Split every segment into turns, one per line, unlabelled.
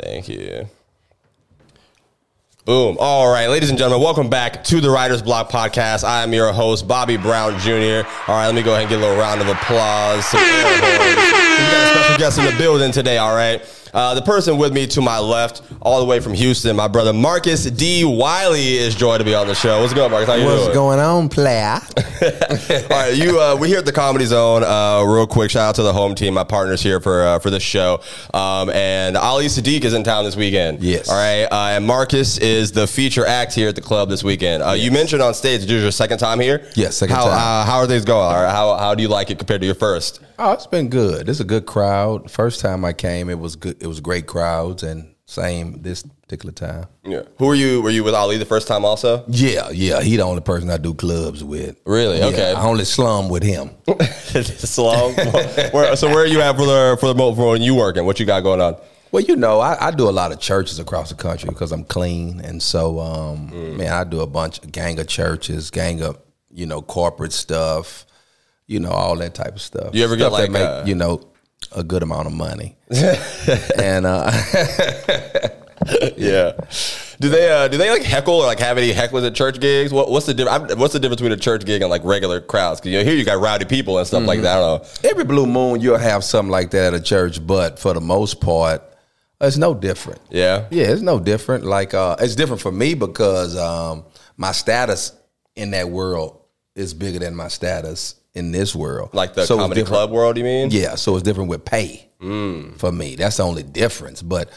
Thank you. Boom. All right, ladies and gentlemen, welcome back to the Writer's Block podcast. I am your host, Bobby Brown Jr. All right, let me go ahead and get a little round of applause. Some air horns. We got a special guest in the building today, all right? Uh, the person with me to my left, all the way from Houston, my brother Marcus D. Wiley is joy to be on the show. What's going on, Marcus? How you
What's
doing?
going on, player?
All right, you. Uh, we here at the Comedy Zone. Uh, real quick, shout out to the home team, my partners here for uh, for this show. Um, and Ali Sadiq is in town this weekend.
Yes.
All right, uh, and Marcus is the feature act here at the club this weekend. Uh, You mentioned on stage this is your second time here.
Yes, second
how,
time.
Uh, how are things going? All right, how how do you like it compared to your first?
Oh, it's been good. It's a good crowd. First time I came, it was good. It was great crowds, and same this particular time.
Yeah. Who were you? Were you with Ali the first time also?
Yeah, yeah. He the only person I do clubs with.
Really?
Yeah,
Okay.
I only slum with him.
Slow. where, so where are you at for the for the mo- for when you working? What you got going on?
Well, you know, I, I do a lot of churches across the country because I'm clean, and so um, man, I do a bunch, gang of churches, gang of you know corporate stuff, you know all that type of stuff.
You ever get,
Stuff
like,
that make
uh,
you know a good amount of money, and uh,
Yeah. Do they uh, do they like heckle or like have any hecklers at church gigs? What, what's the difference? What's the difference between a church gig and like regular crowds? Because you know, here you got rowdy people and stuff
Mm-hmm.
like that. I don't know.
every blue moon you'll have something like that at a church, but for the most part, it's no different.
Yeah.
Yeah, it's no different. Like uh it's different for me because um my status in that world is bigger than my status in this world.
Like the
So it's
comedy
different-
club Mm. world, you mean?
Yeah, so it's different with pay for me. That's the only difference. But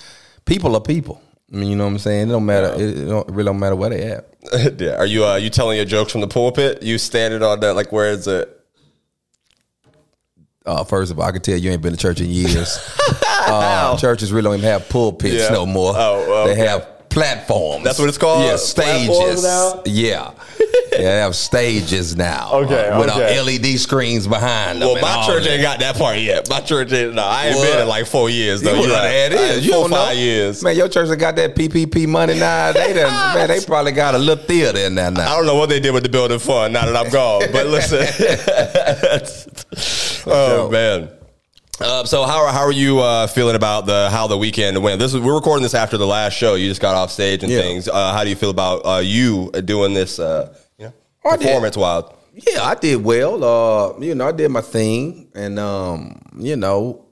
people are people. I mean, you know what I'm saying? It don't matter. It, it don't, it really don't matter where they at.
Yeah. Are you uh, you telling your jokes from the pulpit? You standing on that like where is it?
Uh, first of all, I can tell you ain't been to church in years. uh, churches really don't even have pulpits
Yeah.
no more.
Oh, okay.
They have platforms.
That's what it's called?
Yeah,
Platforms
stages.
now?
Yeah. yeah, they have stages now.
Okay,
with uh,
okay.
LED screens behind them.
Well,
and
my
all
church
that.
ain't got that part yet. My church ain't. No, I ain't
What?
been in like four years though.
You
You're
know
right.
how that
I-
is. You
four
don't know.
five years.
Man, your church that got that PPP money now. They done, man, they probably got a little theater in there now.
I don't know what they did with the building fund now that I'm gone. But listen, oh man. Uh, so how are how are you uh, feeling about the how the weekend went? This is, we're recording this after the last show. You just got off stage and
Yeah.
things. Uh, how do you feel about uh, you doing this? Uh, you know,
I did.
performance wise.
Yeah, I did well. Uh, you know, I did my thing, and um, you know,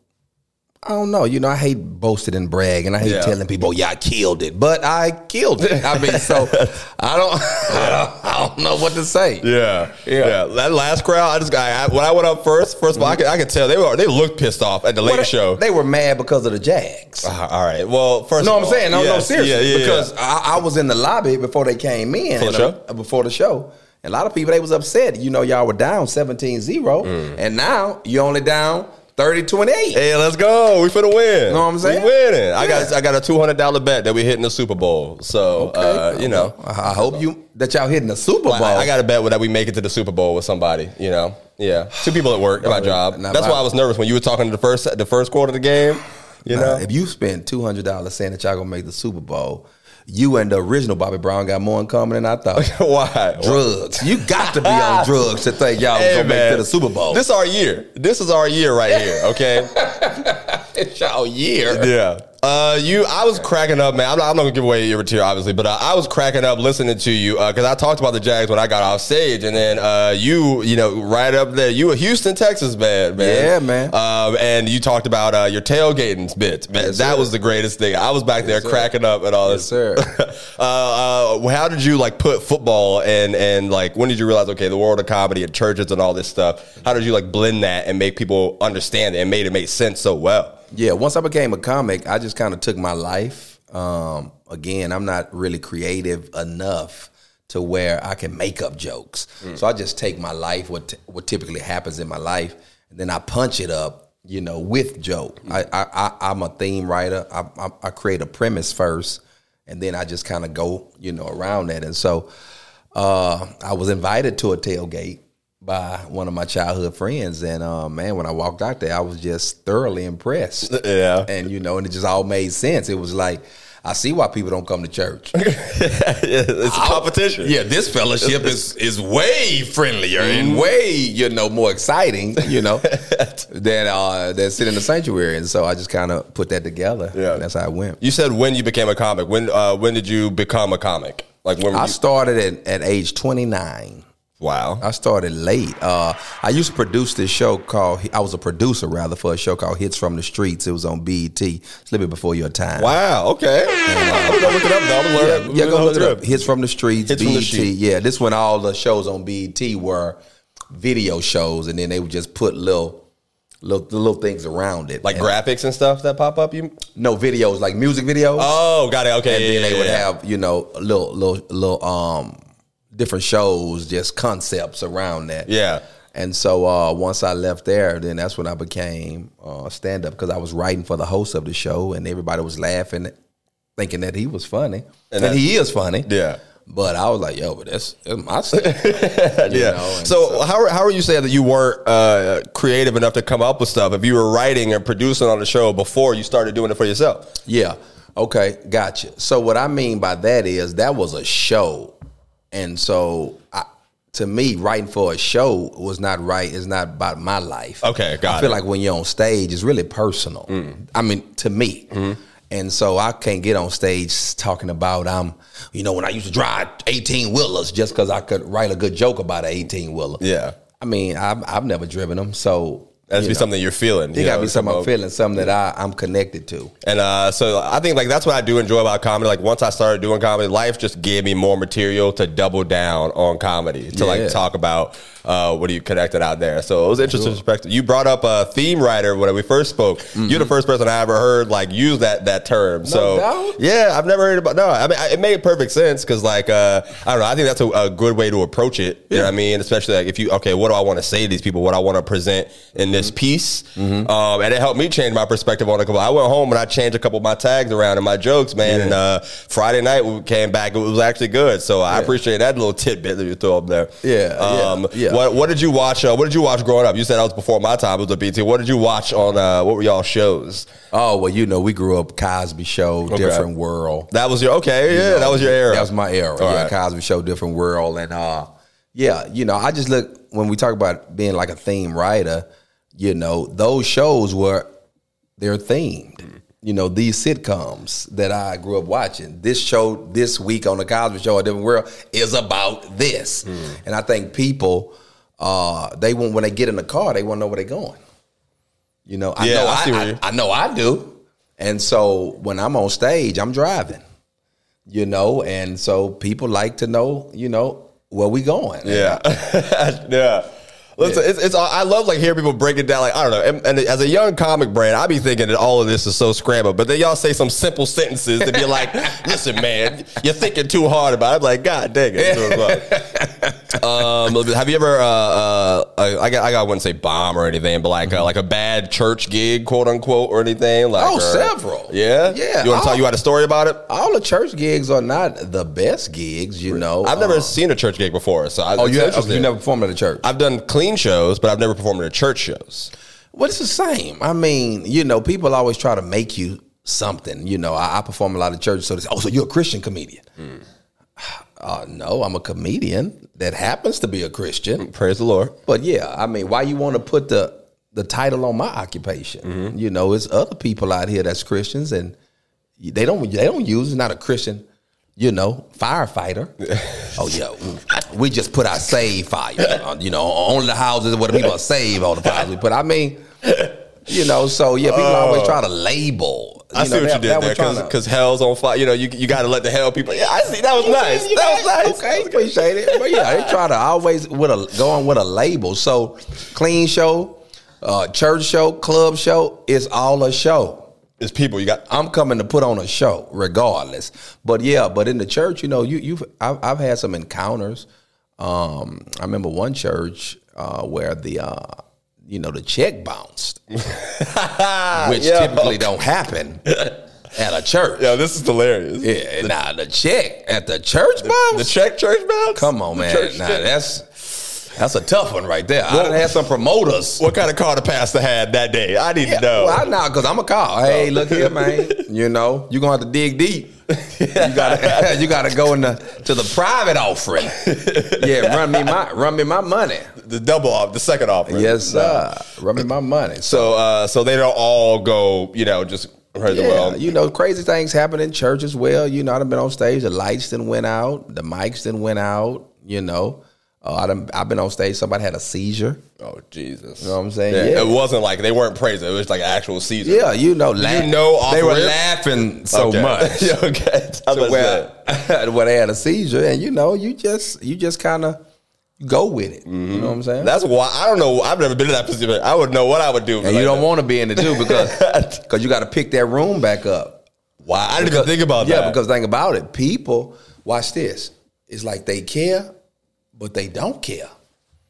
I don't know. You know, I hate boasting and bragging. I hate
Yeah.
telling people, "Yeah, I killed it," but I killed it. I mean, so I don't, I don't, I don't know what to say.
Yeah, yeah,
Yeah.
That last crowd, I just got I, when I went up first. First of all, I could, I could tell they were they looked pissed off at the
Well,
late
they,
show.
they were mad because of the Jags.
Uh, all right. Well, first,
No,
of
I'm
all,
saying, no, no,
yes,
seriously,
yeah, yeah, yeah.
because I, I was in the lobby before they came in.
For the
and, uh, Before the show. And a lot of people, they was upset. You know, y'all were down 17-0,
Mm.
and now you only down 30-28.
Hey, let's go. We for the win.
Know what I'm saying?
We winning. I got
Yeah.
I got a two hundred dollar bet that we hitting the Super Bowl. So uh, you know,
I I hope you that y'all hitting the Super Bowl.
I, I got a bet that we make it to the Super Bowl with somebody. You know, yeah, two people at work at my
Not
job.
bad.
That's why I was nervous when you were talking to the first the first quarter of the game. You
Nah,
know,
if you spend two hundred dollars saying that y'all gonna make the Super Bowl, you and the original Bobby Brown got more in common than I thought.
why?
drugs. You got to be on drugs to think y'all
Hey,
was gonna make it
man.
to the Super Bowl.
This our year. This is our year right here. Okay.
is y'all year.
Yeah. Uh, you, I was cracking up, man. I'm not, I'm not gonna give away your tier, obviously, but uh, I was cracking up listening to you because I talked about the Jags when I got off stage, and then uh, you, you know, right up there, you a Houston, Texas man, man.
Yeah, man.
Um, and you talked about uh, your tailgating bits, man.
Yes,
that
sir.
was the greatest thing. I was back there cracking up and all this.
Yes, sir.
uh, uh, how did you like put football and and like when did you realize okay, the world of comedy and churches and all this stuff? How did you like blend that and make people understand it and made it make sense so well?
Yeah, once I became a comic, I just kind of took my life. Um, again, I'm not really creative enough to where I can make up jokes. So I just take my life, what what typically happens in my life, and then I punch it up, you know, with joke. I, I, I I'm a theme writer. I, I, I create a premise first, and then I just kind of go, you know, around that. And so uh, I was invited to a tailgate by one of my childhood friends, and uh, man, when I walked out there, I was just thoroughly impressed.
Yeah.
and you know, and it just all made sense. It was like I see why people don't come to church.
it's a competition.
Yeah, this fellowship is is way friendlier and Mm-hmm. way you know more exciting. You know than uh, than sitting in the sanctuary, and so I just kind of put that together.
Yeah.
and that's how it went.
You said when you became a comic. When uh, when did you become a comic? Like when were
I
you?
started at, at age twenty nine.
wow.
I started late. Uh, I used to produce this show called I was a producer rather for a show called Hits from the Streets. It was on BET. It's a little bit before your time.
Wow. Okay. I'm gonna go look it up. Though. I'm gonna learn.
Yeah,
I'm
go
gonna
look it up. Hits from the streets,
Hits
BET.
from the street.
Yeah, this when all the shows on BET were video shows, and then they would just put little, little, little things around it,
Like
And-
graphics and stuff that pop up. You.
no videos, like music videos.
Oh, got it. Okay.
and
yeah,
then they
yeah,
would
yeah.
have you know little, little, little um different shows, just concepts around that.
Yeah.
And so uh, once I left there, then that's when I became uh, stand up because I was writing for the host of the show, and everybody was laughing, thinking that he was funny,
And
and,
that-
he is funny.
Yeah.
But I was like, yo, but that's, that's my stuff.
yeah.
know, and
so, how how are you saying that you weren't uh, creative enough to come up with stuff if you were writing and producing on the show before you started doing it for yourself?
yeah. Okay, gotcha. So what I mean by that is that was a show, and so I, to me, writing for a show was not right. It's not about my life.
Okay, got
I feel
it. Mm.
like when you're on stage, it's really personal. I mean, to me.
Mm-hmm.
And so I can't get on stage talking about um, you know, when I used to drive eighteen wheelers just because I could write a good joke about an eighteen wheeler.
Yeah.
I mean, I've I've never driven them, so
That's be
you know.
something you're feeling.
It
you
got
know,
to be something I'm
about-
feeling, something that I, I'm connected to.
And uh, so I think like that's what I do enjoy about comedy. Like once I started doing comedy, life just gave me more material to double down on comedy to
Yeah.
like talk about uh, what are you connected out there. So it was interesting perspective. You brought up a theme writer when we first spoke. You're the first person I ever heard like use that that term. so
doubt.
yeah, I've never heard about. No, I mean I, it made perfect sense because like uh, I don't know. I think that's a, a good way to approach it. You know what I mean? Especially like if you okay, what do I want to say to these people? What I want to present in
Mm-hmm.
this piece? Um, and it helped me change my perspective on a couple. I went home and I changed a couple of my tags around and my jokes, man. And uh, Friday night we came back. It was actually good. So I appreciate that little tidbit that you threw up there.
Yeah, yeah,
Um,
yeah.
What What did you watch? Uh, what did you watch growing up? You said that was before my time. It was a BT. What did you watch on? Uh, what were y'all shows?
Oh well, you know, we grew up Cosby Show, Different World.
That was your okay. Yeah, that was your era.
That was my era. yeah,
right.
Cosby Show, Different World, and uh, yeah, you know, I just look when we talk about being like a theme writer. You know, those shows were they're
Mm-hmm.
themed. You know, these sitcoms that I grew up watching. This show this week on the Cosby Show, A Different World, is about this,
Mm.
and I think people uh, they want when they get in the car, they want to know where they're going. You know, I
Yeah,
know
I see where
I,
you-
I, I know I do. And so when I'm on stage, I'm driving. You know, and so people like to know, you know, where we going.
Yeah, yeah. Listen, it's, it's I love like hearing people break it down. Like I don't know, and, and as a young comic brand, I be thinking that all of this is so scrambled. But then y'all say some simple sentences to be like, "Listen, man, you're thinking too hard about." it. I'm like, "God dang it!" um, have you ever? Uh, uh, I, I got, I got, I wouldn't say bomb or anything, but like uh, like a bad church gig, quote unquote, or anything. Like
Mm-hmm. Oh,
or-
several.
Yeah,
Yeah, Oh.
You want to
all-
tell you had a story about it?
All the church gigs are not the best gigs, you know.
I've never
Uh,
seen a church gig before, so I,
oh, you have,
interesting.
you never performed at a church.
I've done clean shows, but I've never performed at church shows.
Well, it's the same. I mean, you know, people always try to make you something. You know, I, I perform a lot of church, so they say, oh, so you're a Christian comedian. Uh, no, I'm a comedian that happens to be a Christian.
Praise the Lord.
But yeah, I mean, why you want to put the the title on my occupation?
Mm-hmm.
You know, it's other people out here that's Christians, and they don't they don't use it's not a Christian. You know, firefighter. oh yeah, we just put our save fire. uh, You know, only the houses where the people are saved on the fires we put. I mean, you know, so yeah, people always try to label.
Uh, I see
know,
what
they-
you
they
did
were
there
trying to-
because hell's on fire. You know, you, you got to let the hell people. Yeah, I see. That was nice.
You
That was
guys-
nice.
Okay, appreciate it. But yeah, they try to always with a go on with a label. So clean show, uh, church show, club show, it's all a show.
It's people. You got.
I'm coming to put on a show, regardless. But yeah, but in the church, you know, you you've I've, I've had some encounters. Um, I remember one church uh, where the uh, you know the check bounced, which
Yeah.
typically don't happen at a church.
Yo, this is hilarious.
Yeah, nah, the check at the church bounce.
The check church bounce.
Come on,
The
man.
church
Nah,
check.
that's That's a tough one right there. I done had some promoters.
What kind of car the pastor had that day? I need
Yeah,
to know.
Well, I know because I'm a call. Hey, look here, man. You know, you're gonna have to dig deep. You gotta, you gotta go in the, to the private offering. Yeah, run me my run me my money.
the double off, the second off.
Yes, sir. Run me my money. So
So uh, so they don't all go, you know, just heard the
yeah,
well.
you know, crazy things happen in church as well. You know, I've been on stage. The lights then went out. The mics then went out. You know, uh, I done, I've been on stage. Somebody had a seizure.
Oh Jesus.
know what I'm saying? Yeah.
It wasn't like they weren't praising. It was like actual season.
Yeah, you know, laugh.
know off
they were
rip?
laughing so
Okay.
much.
Yeah, okay. I was
where, where they had a seizure, and you know, you just you just kind of go with it.
Mm-hmm.
You know what I'm saying?
that's why I don't know. I've never been in that position. but I would know what I would do.
and you don't want to be in it too because because you got to pick that room back up.
Why? I didn't even think about
yeah,
that.
because think about it, people. Watch this. It's like they care, but they don't care.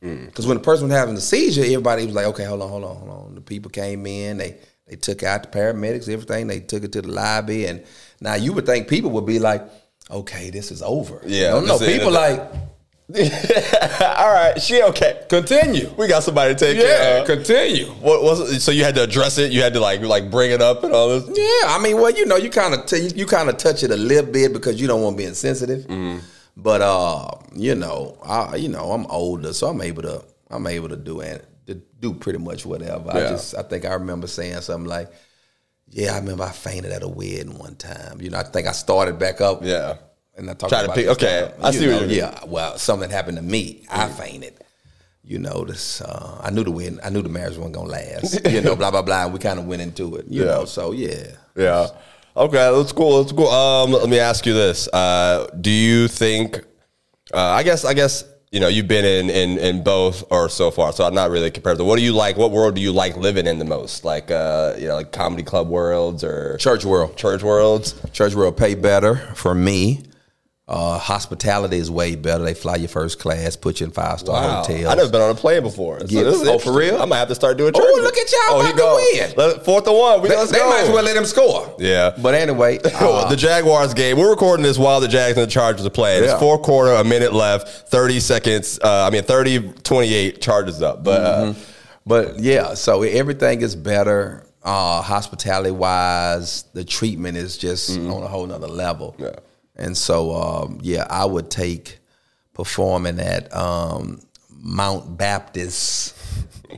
Because when the person was having the seizure, everybody was like, "Okay, hold on, hold on, hold on." The people came in, they they took out the paramedics, everything. They took it to the lobby, and now you would think people would be like, "Okay, this is over."
Yeah,
no,
I'm
no,
just saying
people
that-
like.
all right, she okay.
Continue.
We got somebody to take care
Yeah,
of.
continue.
What was it? So you had to address it. You had to like like bring it up and all this.
Yeah, I mean, well, you know, you kind of t- you kind of touch it a little bit because you don't want to be insensitive.
Mm-hmm.
But uh, you know, I you know, I'm older, so I'm able to I'm able to do and to do pretty much whatever. I
Yeah.
just I think I remember saying something like, "Yeah, I remember I fainted at a wedding one time." You know, I think I started back up.
Yeah.
and I talked
Try to
about
pick-
this
okay,
stuff.
I see what
know,
you mean.
Yeah, well, something happened to me. I fainted. You know this. Uh, I knew the wedding. I knew the marriage wasn't gonna last. You know, blah blah blah. We kind of went into it. You
Yeah.
know, so yeah.
Yeah. Okay, that's cool. That's cool. Um, let me ask you this: uh, Do you think? Uh, I guess. I guess you know you've been in in in both or so far. So I'm not really compared to. What do you like? What world do you like living in the most? Like uh, you know, like comedy club worlds or
Church world.
church worlds.
Church world pay better for me. Uh, hospitality is way better. They fly you first class, put you in five star
Wow.
hotels.
I've never been on a plane before. So
Yeah.
this is
Oh, for
interesting.
real?
I'm gonna have to start doing
Oh,
church.
look at y'all
here
about to
go.
win.
Let- Fourth and one. We
they
let's
they
go.
might as well let them score.
Yeah.
But anyway,
Oh,
uh,
the Jaguars game. We're recording this while the Jags and the Chargers are playing.
Yeah.
It's four quarter, a minute left, 30 seconds. Uh, I mean, 30, 28 Chargers up. But uh,
But yeah, so everything is better. Uh, hospitality wise, the treatment is just on a whole nother level.
Mm-hmm. Yeah.
And so, um, yeah, I would take performing at um, Mount Baptist,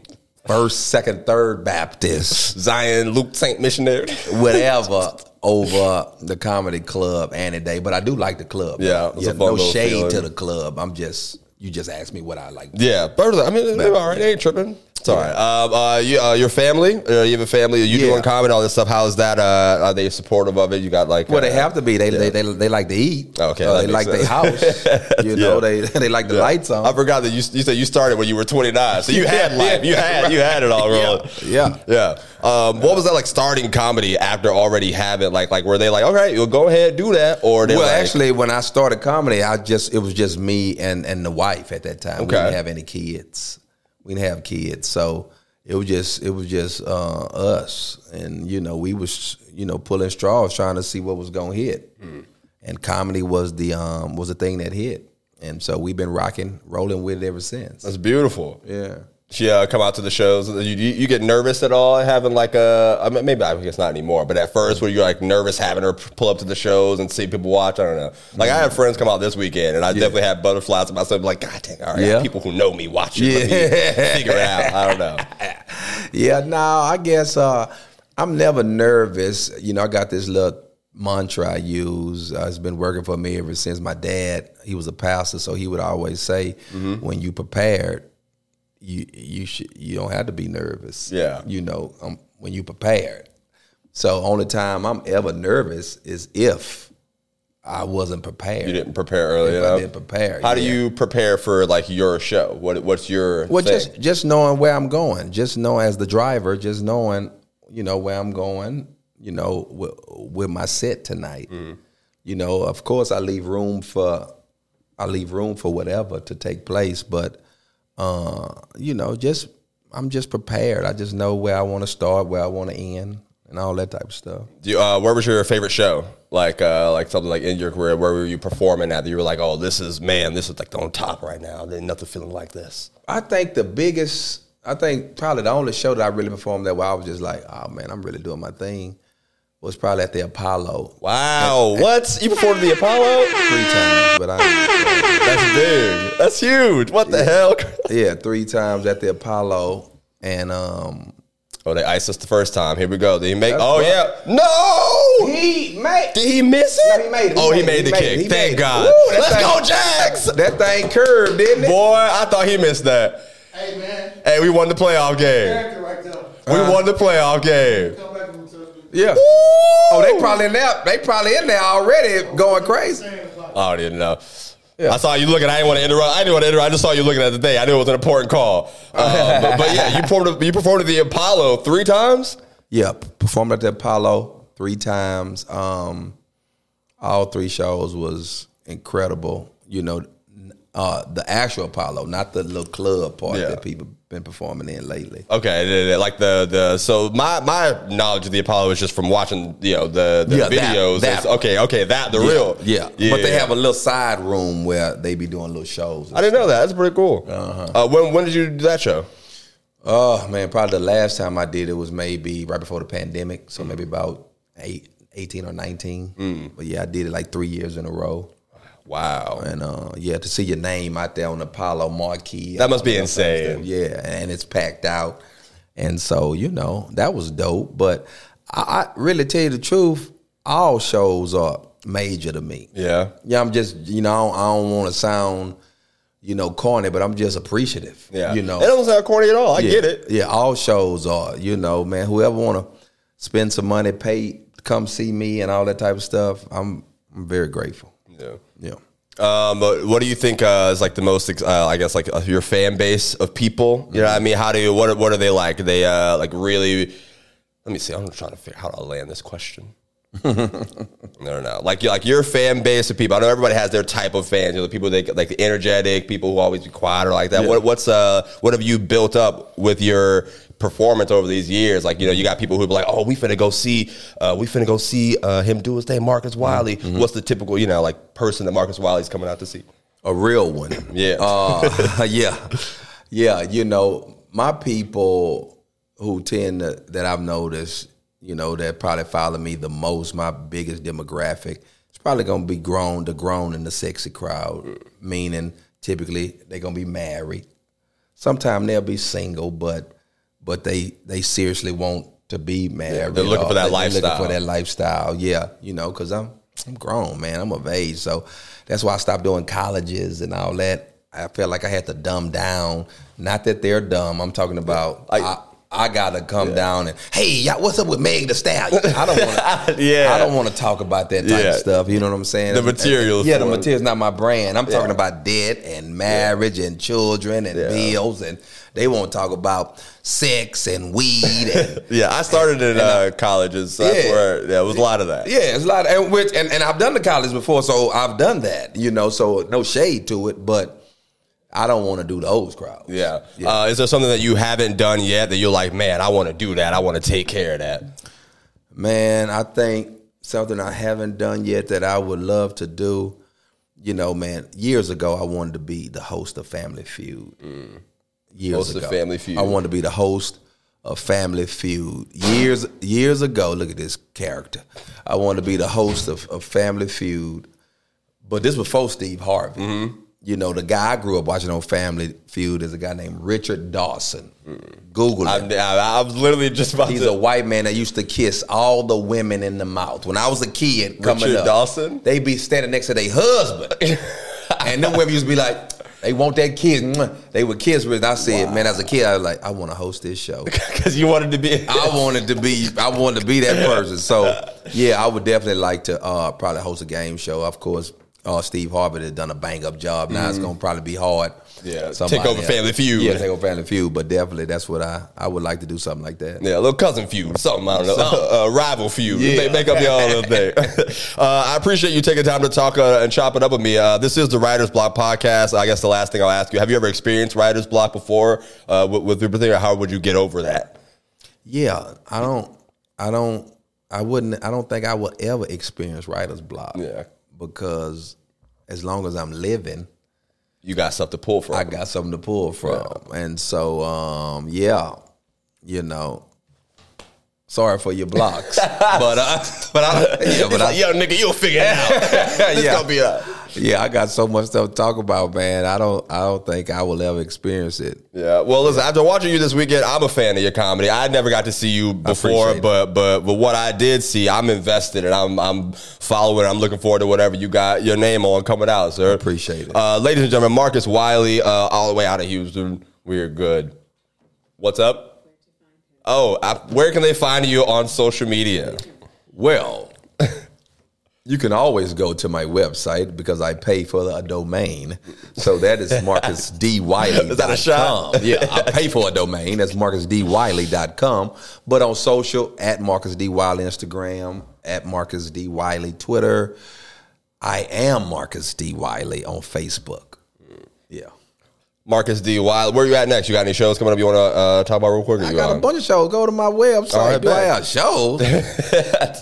first, second, third Baptist,
Zion, Luke Saint Missionary.
whatever, over the comedy club any day. But I do like the club.
Yeah, it's a fun
no
little
shade
feeling.
to the club. I'm just, you just asked me what I like.
yeah, but I mean, they're all right. They ain't tripping. It's all right. Um, uh, you, uh, your family, uh, you have a family. You
Yeah.
doing comedy, all this stuff. How is that? Uh, are they supportive of it? You got like.
Well,
uh,
they have to be. They they, they, they like to eat.
Okay,
Uh,
that
they
makes
like their
sense.
house. You know,
Yeah.
they they like the lights on.
I forgot that you, you said you started when you were 29, so you had
Yeah,
life. You had you had it all rolling.
Yeah,
Yeah. Um, what was that like starting comedy after already having like like were they like, okay, you'll go ahead do that or they
Well,
like,
actually, when I started comedy, I just it was just me and and the wife at that time. We
Okay.
didn't have any kids. We didn't have kids, so it was just it was just uh, us, and you know we was you know pulling straws trying to see what was gonna hit,
Hmm.
and comedy was the um was the thing that hit, and so we've been rocking, rolling with it ever since.
that's beautiful.
yeah.
She uh, come out to the shows. You, you, you get nervous at all having like a I mean, maybe I guess not anymore, but at first were you like nervous having her pull up to the shows and see people watch? I don't know. Like I had friends come out this weekend and I definitely had butterflies in myself. Like God dang, all right,
Yeah.
people who know me watching. Let me
Yeah.
figure it out. I don't know.
Yeah, no, I guess uh, I'm never nervous. You know, I got this little mantra I use. Uh, it's been working for me ever since my dad. He was a pastor, so he would always say,
Mm-hmm.
"When you prepared, you you should you don't have to be nervous."
Yeah.
you know, um, when you prepared. So only time I'm ever nervous is if I wasn't prepared.
You didn't prepare early
If I
enough.
didn't prepare.
How do
yeah.
you prepare for like your show? What what's your
Well,
thing?
just just knowing where I'm going, just knowing as the driver, just knowing you know where I'm going, you know with, with my set tonight. You know, of course, I leave room for I leave room for whatever to take place, but uh, you know, just I'm just prepared. I just know where I want to start, where I want to end, and all that type of stuff.
Do you, uh, where was your favorite show? Like, uh, like something like in your career, where were you performing at? That you were like, oh, this is man, this is like on top right now. There's nothing feeling like this.
I think the biggest, I think probably the only show that I really performed that where I was just like, oh man, I'm really doing my thing, was probably at the Apollo
Wow, what you performed at the Apollo?
three times. But I,
That's big. That's huge. What the hell?
yeah, three times at the Apollo, and um,
Oh, they iced us the first time. Here we go. Did he make?
That's
oh
right.
yeah. No.
he made
Did he miss it?
No, he made it. He
oh, he
made
made
it.
the
He made it.
kick.
He
Thank
made it.
God.
Woo, that's
Let's
like-
go, Jags.
that thing curved, didn't it?
Boy, I thought he missed that.
Hey man,
Hey, we won the playoff game.
character right there.
We
Uh-huh.
won the playoff game.
Come back and tell me.
Yeah. Oh, they probably in there. They probably in there already, going crazy.
I didn't know.
Yeah.
I saw you looking. I didn't want to interrupt. I didn't want to interrupt. I just saw you looking at the thing. I knew it was an important call. Um, but, but yeah, you performed. You performed at the Apollo three times.
Yeah, performed at the Apollo three times. Um, all three shows was incredible. You know, uh, the actual Apollo, not the little club part
Yeah.
that people been performing in lately.
Okay, th- th- like the the so my my knowledge of the Apollo is just from watching you know the, the
Yeah, that-
videos.
that-
It's- okay, okay, that the real
yeah. But they have a little side room where they be doing little shows.
I didn't know that. That's pretty cool.
Uh-huh.
Uh, when when did you do that show?
Oh man, probably the last time I did it was maybe right before the pandemic,
Mm.
so maybe about eight, 18 or nineteen. But yeah, I did it like three years in a row.
Wow,
And uh, yeah, to see your name out there on the Apollo marquee.
that must be
And
insane.
yeah, and it's packed out. And so, you know, that was dope. But I, I really tell you the truth, all shows are major to me.
Yeah,
Yeah, I'm just, you know, I don't, I don't want to sound, you know, corny, but I'm just appreciative.
yeah.
You know,
it doesn't sound corny at all. I get it.
yeah, all shows are, you know, man, whoever want to spend some money, pay, come see me and all that type of stuff, I'm, I'm very grateful.
Yeah.
Yeah.
Um, but what do you think uh, is like the most, ex- uh, I guess, like uh, your fan base of people? You know, what I mean, how do you, what are, what are they like? Are they uh, like really? Let me see. I'm trying to figure how to land this question. no, no, no. Like, you- like your fan base of people. I know everybody has their type of fans. You know, the people they like the energetic people who always be quiet or like that. What, what's uh, what have you built up with your performance over these years? Like, you know, you got people who be like, "Oh, we finna go see, uh, we finna go see uh, him do his thing." Marcus Wiley. What's the typical, you know, like person that Marcus Wiley's coming out to see?
A real one.
Yeah.
Uh, yeah. Yeah. You know, my people who tend to, that I've noticed, you know, that probably follow me the most, my biggest demographic, it's probably going to be grown, the grown and the sexy crowd, meaning typically they're going to be married. Sometimes they'll be single, but but they they seriously want to be married.
they're looking
or
for that
they- they're
lifestyle.
Looking for that lifestyle, yeah. You know, because I'm I'm grown, man. I'm of age, so that's why I stopped doing colleges and all that. I felt like I had to dumb down. Not that they're dumb. I'm talking about
Like-
I, I gotta come down and hey, y'all, what's up with Meg the Stallion? I don't want to.
Yeah.
I don't want to talk about that type
Yeah.
of stuff. You know what I'm saying?
The
And- and-
material
Yeah, the
for it.
material it's not my brand. I'm talking about debt and marriage and children and
Yeah.
bills, and they won't talk about sex and weed. And,
Yeah, I started in uh, colleges. So That's
Yeah.
where yeah, it was a lot of that.
yeah, it's a lot. And which and, and I've done the college before, so I've done that. You know, so no shade to it, but I don't want to do those crowds.
Yeah. Uh, is there something that you haven't done yet that you're like, man, I want to do that. I want to take care of that.
Man, I think something I haven't done yet that I would love to do. You know, man, years ago I wanted to be the host of Family Feud.
Mm.
Years
Host of
ago,
Family Feud.
I wanted to be the host of Family Feud. Years years ago, look at this character. I wanted to be the host of, of Family Feud, but this was before Steve Harvey.
Mm-hmm.
You know, the guy I grew up watching on Family Feud is a guy named Richard Dawson. Google him.
I'm, Mm. I, I was literally just about
He's
to.
a white man that used to kiss all the women in the mouth. When I was a kid coming
Richard
up,
Dawson?
they be standing next to their husband, and them women used to be like, "They want that kiss." Mwah. They would kiss with. I said, "Man, as a kid, I was like, I want to host this show.
because you wanted to be.
I wanted to be, I wanted to be that person." So, yeah, I would definitely like to uh, probably host a game show. Of course, uh, Steve Harvey has done a bang up job. Now it's gonna probably be hard.
Mm-hmm. Yeah, take
Somebody
over Family Feud.
Yeah, take over Family Feud. But definitely, that's what I I would like to do something like that.
Yeah, a little cousin feud, something I don't know, a rival feud.
Yeah.
Make, make up your own little thing. uh, I appreciate you taking time to talk uh, and chop it up with me. Uh, this is the Writer's Block podcast. I guess the last thing I'll ask you: Have you ever experienced Writer's Block before uh, with, with everything, or how would you get over that?
Yeah, I don't. I don't. I wouldn't. I don't think I will ever experience writer's block.
Yeah.
Because as long as I'm living,
You got stuff to pull from.
I got something to pull from, and so um, yeah, you know. Sorry for your blocks, but uh,
but I, yeah,
but I-
yo, nigga, you'll figure it out. It's
Yeah.
gonna be a
yeah, I got so much stuff to talk about, man. I don't. I don't think I will ever experience it.
yeah. Well, listen. After watching you this weekend, I'm a fan of your comedy. I never got to see you before,
appreciate it.
but but but what I did see, I'm invested and I'm I'm following. I'm looking forward to whatever you got your name on coming out, sir.
Appreciate it.
uh, ladies and gentlemen. Marcus Wiley, uh, all the way out of Houston. We are good. What's up? Oh, I, where can they find you on social media?
Well, you can always go to my website because I pay for a domain. So that is Marcus D. Wiley.
Is that a shot?
Yeah, I pay for a domain. That's marcusdwiley.com. But on social, at Marcus D. Wiley Instagram, at Marcus D. Wiley Twitter. I am Marcus D. Wiley on Facebook. Yeah.
Marcus D. Wild. Where you at next? You got any shows coming up you want to uh, talk about real quick? or
I
you
got a
on?
bunch of shows. Go to my website.
All right,
Do Oh, I
bet.
have shows?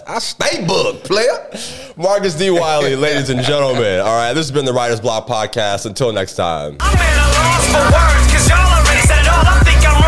I stay booked, player.
Marcus D. Wiley, ladies and gentlemen. All right, this has been the Writers Block Podcast. Until next time.
I'm at a loss for words, cause y'all already said it all. I think I'm